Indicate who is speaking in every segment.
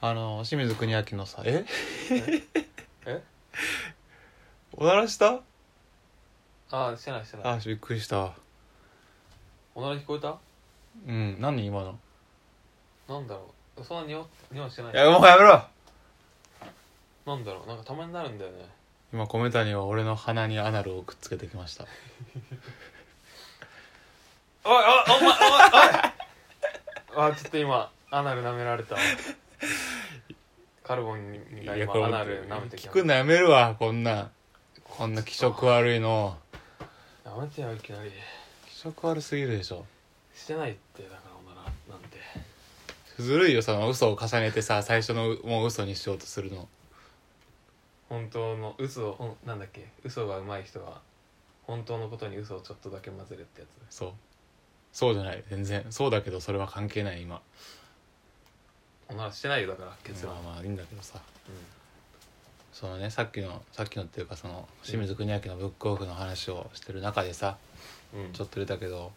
Speaker 1: あの清水邦明のさえ
Speaker 2: え
Speaker 1: おならした
Speaker 2: ああしてないしてない
Speaker 1: あびっくりしたわ
Speaker 2: おなら聞こえた
Speaker 1: うん何今の
Speaker 2: なんだろうそんなにおにおいしてない
Speaker 1: いやもうやめろ
Speaker 2: なんだろうなんかたまになるんだよね
Speaker 1: 今米谷は俺の鼻にアナルをくっつけてきました
Speaker 2: おいおいお前おいおい あちょっと今アナル舐められたカルボンにが今アナル舐めてき
Speaker 1: 聞
Speaker 2: た
Speaker 1: くのやめるわこんなんこんな気色悪いの
Speaker 2: やめてよいきなり
Speaker 1: 気色悪すぎるでしょ
Speaker 2: してないってだからおならなんて
Speaker 1: ずるいよその嘘を重ねてさ最初のもう嘘にしようとするの
Speaker 2: 本当の嘘をほんなんだっけ嘘が上手い人は本当のことに嘘をちょっとだけ混ぜるってやつ
Speaker 1: そうそうじゃない全然そうだけどそれは関係ない今
Speaker 2: おならしてないよだから結論、
Speaker 1: ま
Speaker 2: うん
Speaker 1: あまあいいんだけどさそのねさっきのさっきのっていうかその清水邦明のブックオフの話をしてる中でさ
Speaker 2: うん、
Speaker 1: ちょっと出たけど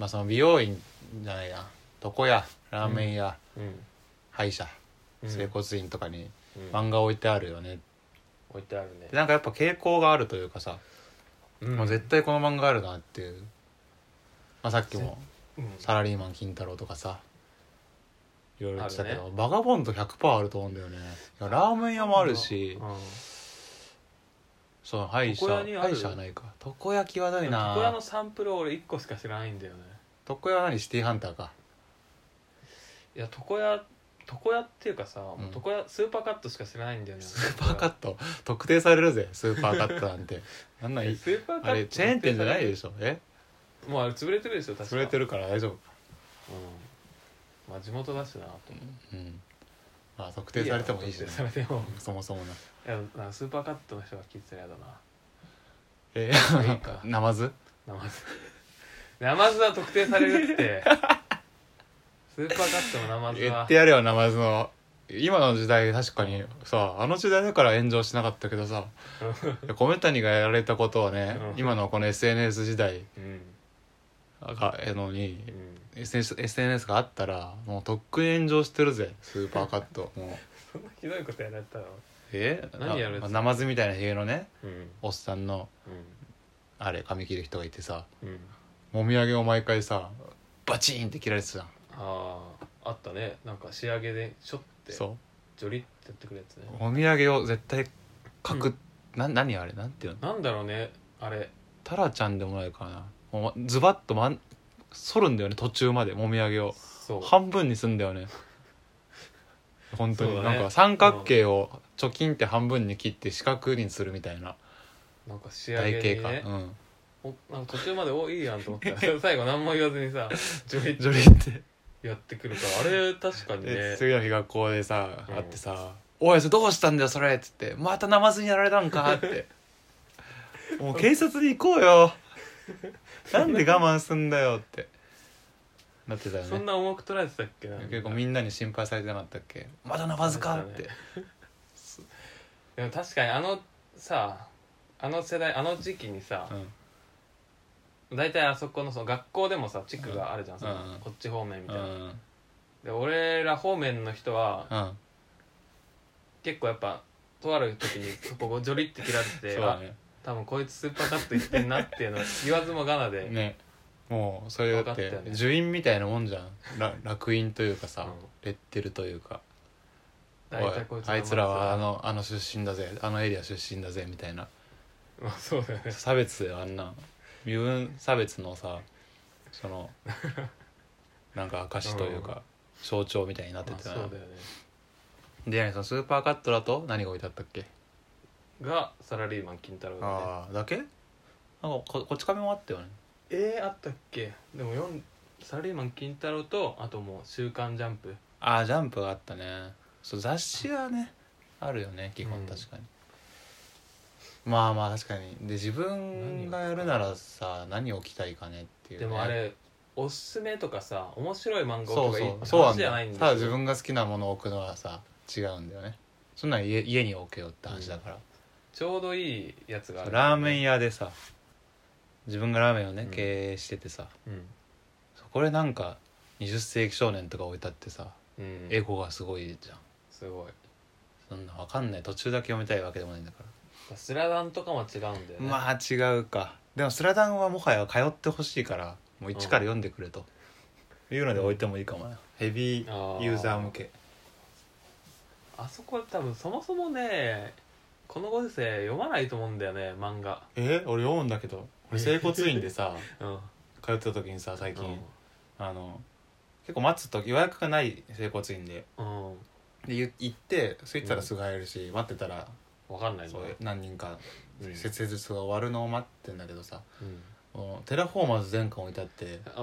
Speaker 1: まあその美容院じゃないな床屋ラーメン屋、
Speaker 2: うん
Speaker 1: 歯医者
Speaker 2: うん
Speaker 1: 整骨院とかに
Speaker 2: うん
Speaker 1: 漫画置いてあるよね、
Speaker 2: 置いてあるね
Speaker 1: でなんかやっぱ傾向があるというかさ、
Speaker 2: うん
Speaker 1: もう絶対この漫画あるなっていう、まあ、さっきも
Speaker 2: うん
Speaker 1: サラリーマン金太郎とかさいろいろ言ってたけ
Speaker 2: あ
Speaker 1: ど、
Speaker 2: る
Speaker 1: バガボンド100%あると思うんだよねいやラーメン屋もあるし、
Speaker 2: うん
Speaker 1: その歯医者
Speaker 2: 床屋にあ
Speaker 1: 歯
Speaker 2: る
Speaker 1: 医者はないか床屋際どいな
Speaker 2: 床屋のサンプル俺1個しか知らないんだよね
Speaker 1: 床屋は何シティハンターか
Speaker 2: いや床屋床屋っていうかさ、もうん床屋スーパーカットしか知らないんだよね
Speaker 1: スーパーカット特定されるぜスーパーカットなんてなんなん
Speaker 2: えスーパーカット
Speaker 1: あれチェーン店じゃないで
Speaker 2: し
Speaker 1: しょえ
Speaker 2: ょもうあれ潰れてるでしょ確か
Speaker 1: 潰れて
Speaker 2: る
Speaker 1: るから大丈夫
Speaker 2: うんまあ地元だしなと思っ
Speaker 1: う
Speaker 2: て
Speaker 1: んまあ特定されてもいいしね
Speaker 2: や特定されても
Speaker 1: そもそもない
Speaker 2: やなんかスーパーカットの人が聞いてたらやだな
Speaker 1: え
Speaker 2: いいか
Speaker 1: ナマズ
Speaker 2: ナマズナマズは特定されるって スーパーカットのナマズ
Speaker 1: 言
Speaker 2: は
Speaker 1: ってやれよナマズの今の時代確かにさあの時代だから炎上しなかったけどさ米谷がやられたことはね
Speaker 2: うん
Speaker 1: 今のこの SNS 時代
Speaker 2: うん
Speaker 1: がえのに
Speaker 2: うん、
Speaker 1: SNS, SNS があったらもうとっくに炎上してるぜスーパーカッ トもう
Speaker 2: そんなひどいことやられたら
Speaker 1: え
Speaker 2: 何やるやつ
Speaker 1: なナマズみたいなヒゲのね
Speaker 2: うん
Speaker 1: おっさんの
Speaker 2: う
Speaker 1: あれ髪切る人がいてさ
Speaker 2: んうん
Speaker 1: もみあげを毎回さバチンって切られてたじゃん
Speaker 2: あああったねなんか仕上げでしょって
Speaker 1: そう
Speaker 2: ジョリってやってくるやつね
Speaker 1: お土産を絶対書く、な何あれなんていうの
Speaker 2: なんだろうねあれ
Speaker 1: タラちゃんでもないかなもうズバッとまん反るんだよね途中までもみあげを
Speaker 2: そう
Speaker 1: 半分にすんだよね本当に、
Speaker 2: そうだ
Speaker 1: な
Speaker 2: ね
Speaker 1: んか三角形を貯金って半分に切って四角にするみたいな
Speaker 2: なんか仕上
Speaker 1: 台形
Speaker 2: げに
Speaker 1: か、
Speaker 2: ね
Speaker 1: うん
Speaker 2: おなんか途中までおいいやんと思った ら最後何も言わずにさジョリ
Speaker 1: ジョリって、
Speaker 2: やってくるからあれ確かに
Speaker 1: で
Speaker 2: ね
Speaker 1: 次の日学校でさ
Speaker 2: うん
Speaker 1: 会ってさ「おいそれどうしたんだよそれ」っつって「またナマズにやられたんか」って もう警察に行こうよなんで我慢すんだよってなってたよね
Speaker 2: そんな重く捉えてたっけな
Speaker 1: 結構みんなに心配されてなかったっけまだナマズかって、
Speaker 2: でも確かにあのさあの世代あの時期にさ
Speaker 1: うん、
Speaker 2: 大体あそこのその学校でもさ地区があるじゃん、
Speaker 1: うん
Speaker 2: その
Speaker 1: うん
Speaker 2: こっち方面み
Speaker 1: う
Speaker 2: たいな、
Speaker 1: ん
Speaker 2: で俺ら方面の人は
Speaker 1: うん
Speaker 2: 結構やっぱとある時にそこをジョリって切られて
Speaker 1: そ
Speaker 2: て、
Speaker 1: うだ
Speaker 2: あ
Speaker 1: ね
Speaker 2: 多分こいつスーパーカットいってんなっていうのを言わずもがなで、
Speaker 1: ねもうそれだっ
Speaker 2: 分
Speaker 1: て
Speaker 2: かったよね
Speaker 1: 樹院みたいなもんじゃんら 楽院というかさ、
Speaker 2: うん
Speaker 1: レッテルというかおい
Speaker 2: 大体こいつの
Speaker 1: あいつらはあのあの出身だぜあのエリア出身だぜみたいな
Speaker 2: まあそうだよね
Speaker 1: 差別だよあんな身分差別のさそ のなんか証というか、象徴みたいになって
Speaker 2: まあ
Speaker 1: て
Speaker 2: そ
Speaker 1: な
Speaker 2: うだよね
Speaker 1: で何そのスーパーカットだと何が置いてあったっけ
Speaker 2: がサラリーマン金太郎だね
Speaker 1: ああだけなんかここっち亀もあったよね
Speaker 2: えー、あったっけでもよんサラリーマン金太郎とあともう「週刊ジャンプ
Speaker 1: ああジャンプがあったねそう雑誌はねあるよね基
Speaker 2: う
Speaker 1: 本
Speaker 2: ん
Speaker 1: 確かに、まあまあ確かにで自分がやるならさ何を着たいかねっていう、」ね、
Speaker 2: でもあれおすすめとかさ面白い漫画
Speaker 1: そ
Speaker 2: と
Speaker 1: う
Speaker 2: かいい
Speaker 1: そ
Speaker 2: っ
Speaker 1: う
Speaker 2: て
Speaker 1: そうなん
Speaker 2: 話
Speaker 1: だ
Speaker 2: じゃ
Speaker 1: よ
Speaker 2: ないんです
Speaker 1: ただ
Speaker 2: よ
Speaker 1: 自分が好きなものを置くのはさ違うんだよねそんなん家家に置けよって話だから、
Speaker 2: ちょうどいいやつがあ
Speaker 1: そう
Speaker 2: る
Speaker 1: ラーメン
Speaker 2: 屋
Speaker 1: 屋でさ自分がラーメンをね、
Speaker 2: うん
Speaker 1: 経営しててさ
Speaker 2: うん、
Speaker 1: そこでなんか20世紀少年とか置いてあってさ
Speaker 2: うん、
Speaker 1: エゴがすごいじゃん
Speaker 2: すごい
Speaker 1: そんなわかんない途中だけ読みたいわけでもないんだから
Speaker 2: スラダンとかも違うんだよね、
Speaker 1: まあ違うかでも「スラダン」はもはや通ってほしいからもう一から読んでくれと、いうので置いてもいいかもなヘビーユーザー向け
Speaker 2: あそこは多分そもそもねこのご時世読まないと思うんだよね漫画
Speaker 1: え俺読むんだけど俺整骨院で さ
Speaker 2: うん
Speaker 1: 通ってた時にさ最
Speaker 2: う
Speaker 1: 近、
Speaker 2: ん
Speaker 1: あの結構待つ時予約がない整骨院で
Speaker 2: うん
Speaker 1: でゆ行って着いてたらすぐ入れるし、待ってたら
Speaker 2: わかんないね
Speaker 1: そう何人か
Speaker 2: うん
Speaker 1: 施術が終わるのを待ってんだけどさ、
Speaker 2: うん
Speaker 1: もうテラフォーマーズ全巻置いてあって
Speaker 2: ああ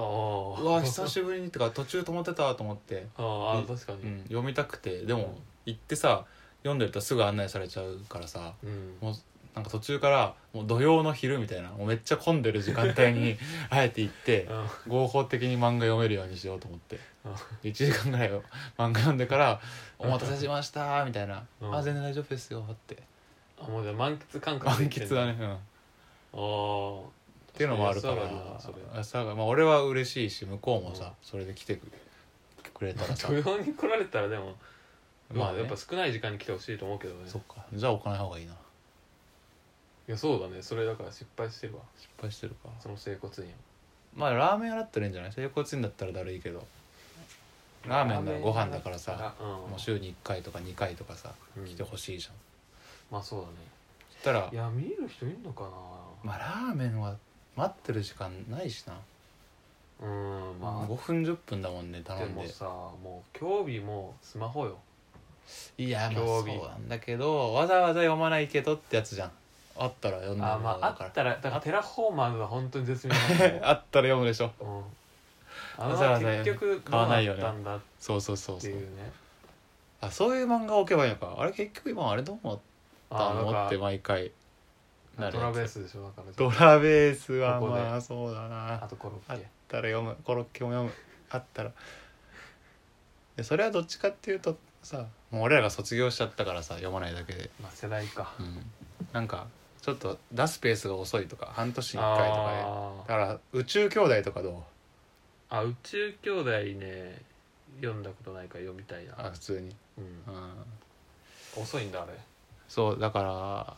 Speaker 1: うわ久しぶりにってか途中止まってたと思って、
Speaker 2: あ
Speaker 1: う
Speaker 2: あ確か
Speaker 1: う
Speaker 2: に
Speaker 1: ん、読みたくてで
Speaker 2: うん
Speaker 1: も行ってさ読んでるとすぐ案内されちゃうからさ
Speaker 2: うん
Speaker 1: もうなんか途中からもう土曜の昼みたいなもうめっちゃ混んでる時間帯 にあえて行って
Speaker 2: うん
Speaker 1: 合法的に漫画読めるようにしようと思って
Speaker 2: うん
Speaker 1: 1時間ぐらいを漫画読んでから「お待たせしました」みたいな「
Speaker 2: うん
Speaker 1: あ全然大丈夫ですよ」って
Speaker 2: あもうじゃあ満喫感覚
Speaker 1: 満
Speaker 2: できてん
Speaker 1: 喫だね、うん、っ
Speaker 2: ああ
Speaker 1: ていうのもあるから
Speaker 2: そうだなそれ
Speaker 1: 朝が、まあ、俺は嬉しいし向こうも
Speaker 2: うん
Speaker 1: さそれで来てくくれた らさ
Speaker 2: 土曜に来られたらでもまあ
Speaker 1: ね
Speaker 2: やっぱ少ない時間に来てほしいと思うけどね
Speaker 1: そっかじゃあ置かない方がいいない
Speaker 2: やそうだねそれだから失敗してるわ
Speaker 1: 失敗してるか
Speaker 2: その整骨院
Speaker 1: まあラーメン屋だったらいいんじゃない整骨院だったらだるいけどラーメンならご飯だからさ
Speaker 2: うん
Speaker 1: もう週に1回とか2回とかさ
Speaker 2: うん
Speaker 1: 来てほしいじゃん、
Speaker 2: まあそうだね
Speaker 1: そしたら
Speaker 2: いや見る人いるのか
Speaker 1: まあラーメンは待ってる時間ないしな、
Speaker 2: なうんま
Speaker 1: 5分10分だもんね
Speaker 2: あ
Speaker 1: 頼
Speaker 2: で
Speaker 1: ん
Speaker 2: も
Speaker 1: で
Speaker 2: さもう興味もスマホよ
Speaker 1: いやまあ
Speaker 2: 興
Speaker 1: そう
Speaker 2: 味
Speaker 1: なんだけどわざわざ読まないけどってやつじゃんあったら読んで
Speaker 2: あ
Speaker 1: も
Speaker 2: ま
Speaker 1: らう
Speaker 2: ああ
Speaker 1: だか
Speaker 2: ったらだからテラフォーマーズは本当に絶妙なんだよ
Speaker 1: らあったら読むでしょ
Speaker 2: うん
Speaker 1: わざ
Speaker 2: あ
Speaker 1: わ
Speaker 2: の
Speaker 1: ざ
Speaker 2: 結局
Speaker 1: 買わないよね
Speaker 2: どうなったんだっ
Speaker 1: そうそうそう
Speaker 2: て
Speaker 1: そう
Speaker 2: いうね
Speaker 1: あそういう漫画置けばいいのかあれ結局今あれどう思った
Speaker 2: あ
Speaker 1: の
Speaker 2: な
Speaker 1: っ
Speaker 2: ん
Speaker 1: て
Speaker 2: か
Speaker 1: 毎回なる
Speaker 2: ド
Speaker 1: や
Speaker 2: ラ
Speaker 1: つ
Speaker 2: ベースでしょだから
Speaker 1: ドラベースは
Speaker 2: ここで
Speaker 1: まあそうだな
Speaker 2: あとコロ
Speaker 1: あ
Speaker 2: ッ
Speaker 1: っ
Speaker 2: ケ
Speaker 1: たら読むコロッケも読むあったらでそれはどっちかっていうとさもう俺らが卒業しちゃったからさ読まないだけで、
Speaker 2: まあ世代か
Speaker 1: うん、なんかちょっと出すペースが遅いとか半年に1回とかで
Speaker 2: あ
Speaker 1: だ
Speaker 2: ー
Speaker 1: から宇宙兄弟とかどう
Speaker 2: あ宇宙兄弟ね読んだことないから読みたい
Speaker 1: あ
Speaker 2: な
Speaker 1: 普通に、
Speaker 2: うん
Speaker 1: うん、
Speaker 2: 遅いんだあれ
Speaker 1: そうだから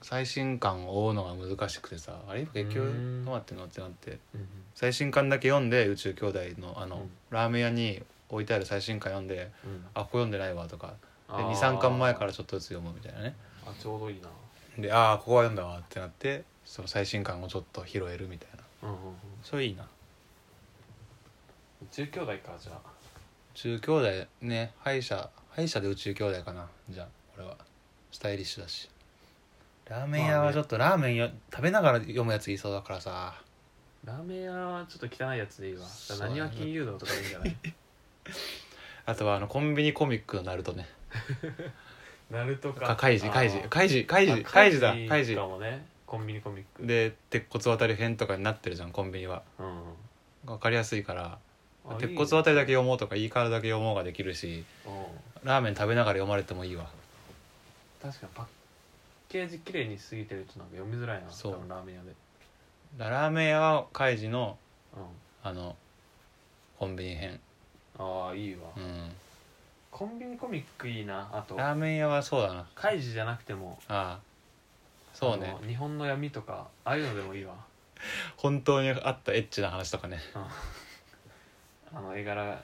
Speaker 1: 最新刊を追うのが難しくてさあれ今結
Speaker 2: う
Speaker 1: 局
Speaker 2: ん
Speaker 1: どうなってんのってなって
Speaker 2: うん
Speaker 1: 最新刊だけ読んで宇宙兄弟のあの、
Speaker 2: うん
Speaker 1: ラーメン屋に置いてある最新刊読んで
Speaker 2: うん
Speaker 1: あここ読んでないわとかで
Speaker 2: あー
Speaker 1: 23巻前からちょっとずつ読むみたいなね
Speaker 2: あちょうどいいな
Speaker 1: でああここは読んだわってなってその最新刊をちょっと拾えるみたいな
Speaker 2: うんうんうん
Speaker 1: それいいな宇
Speaker 2: 宇宙兄弟かじゃあ
Speaker 1: 宙兄弟ね歯医者歯医者で宇宙兄弟かなじゃあ俺はスタイリッシュだしラーメン屋
Speaker 2: まあ
Speaker 1: は
Speaker 2: ね
Speaker 1: ちょっとラーメンよ食べながら読むやついそうだからさ
Speaker 2: ラーメン屋はちょっと汚いやつでいいわ
Speaker 1: そうだね
Speaker 2: 何は金融道とかでいいんじゃ ない
Speaker 1: あとはあのコンビニコミックのナルトね
Speaker 2: ナルトか
Speaker 1: かカイジカイジ
Speaker 2: あー
Speaker 1: カイジカイジ
Speaker 2: あ
Speaker 1: カイジだカイジ
Speaker 2: かもねコンビニコミック
Speaker 1: で鉄骨渡り編とかになってるじゃんコンビニは
Speaker 2: うん
Speaker 1: 分かりやすいから
Speaker 2: あ
Speaker 1: 鉄骨渡りだけ読もうとかいいからだけ読もうができるし
Speaker 2: いいねうん
Speaker 1: ラーメン食べながら読まれてもいいわ
Speaker 2: 確かにパッケージ綺麗にしすぎてるとなんか読みづらいな
Speaker 1: そう
Speaker 2: 多分ラーメン屋で
Speaker 1: ララーメン屋はカイジの
Speaker 2: うん
Speaker 1: あのコンビニ編、
Speaker 2: ああいいわ
Speaker 1: うん、
Speaker 2: コンビニコミックいいなあと
Speaker 1: ラーメン屋はそうだな
Speaker 2: カイジじゃなくても
Speaker 1: ああそうね
Speaker 2: あの日本の闇とかああいうのでもいいわ
Speaker 1: 本当にあったエッチな話とかね
Speaker 2: あの絵柄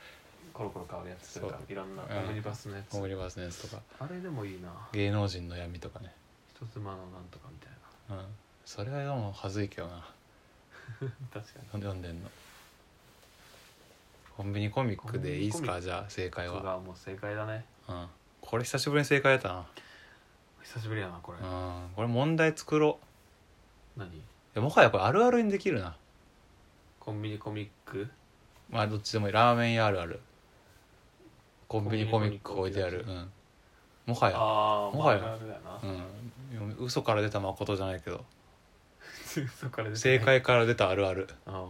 Speaker 2: コロコロ変わるやつとか
Speaker 1: そ
Speaker 2: いろんな
Speaker 1: うん
Speaker 2: オムニバスのやつ、
Speaker 1: モグリバースのやつとか
Speaker 2: あれでもいいな
Speaker 1: 芸能人の闇とかね、
Speaker 2: 一つ間のなんとかみたい
Speaker 1: うん、それはでもはずいけどな
Speaker 2: な確かに
Speaker 1: 読んでんのコンビニコミックでいいっす
Speaker 2: コ
Speaker 1: かじゃあ正解
Speaker 2: それ
Speaker 1: は、
Speaker 2: がもう正解だね
Speaker 1: うん、これ久しぶりに正解やったな
Speaker 2: 久しぶりやなこれ、
Speaker 1: うんこれ問題作ろう
Speaker 2: 何
Speaker 1: いやもはやこれあるあるにできるな
Speaker 2: コンビニコミック
Speaker 1: まあどっちでもいいラーメン屋あるあるコンビニコミック置いてある、うん、もはや、
Speaker 2: ああ
Speaker 1: もはや
Speaker 2: まああるやな
Speaker 1: うん、嘘から出た誠じゃないけど
Speaker 2: 普通そこから出てない
Speaker 1: 正解から出たあるある、
Speaker 2: あ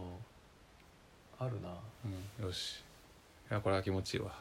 Speaker 2: ああるな
Speaker 1: うん、よしいやこれは気持ちいいわ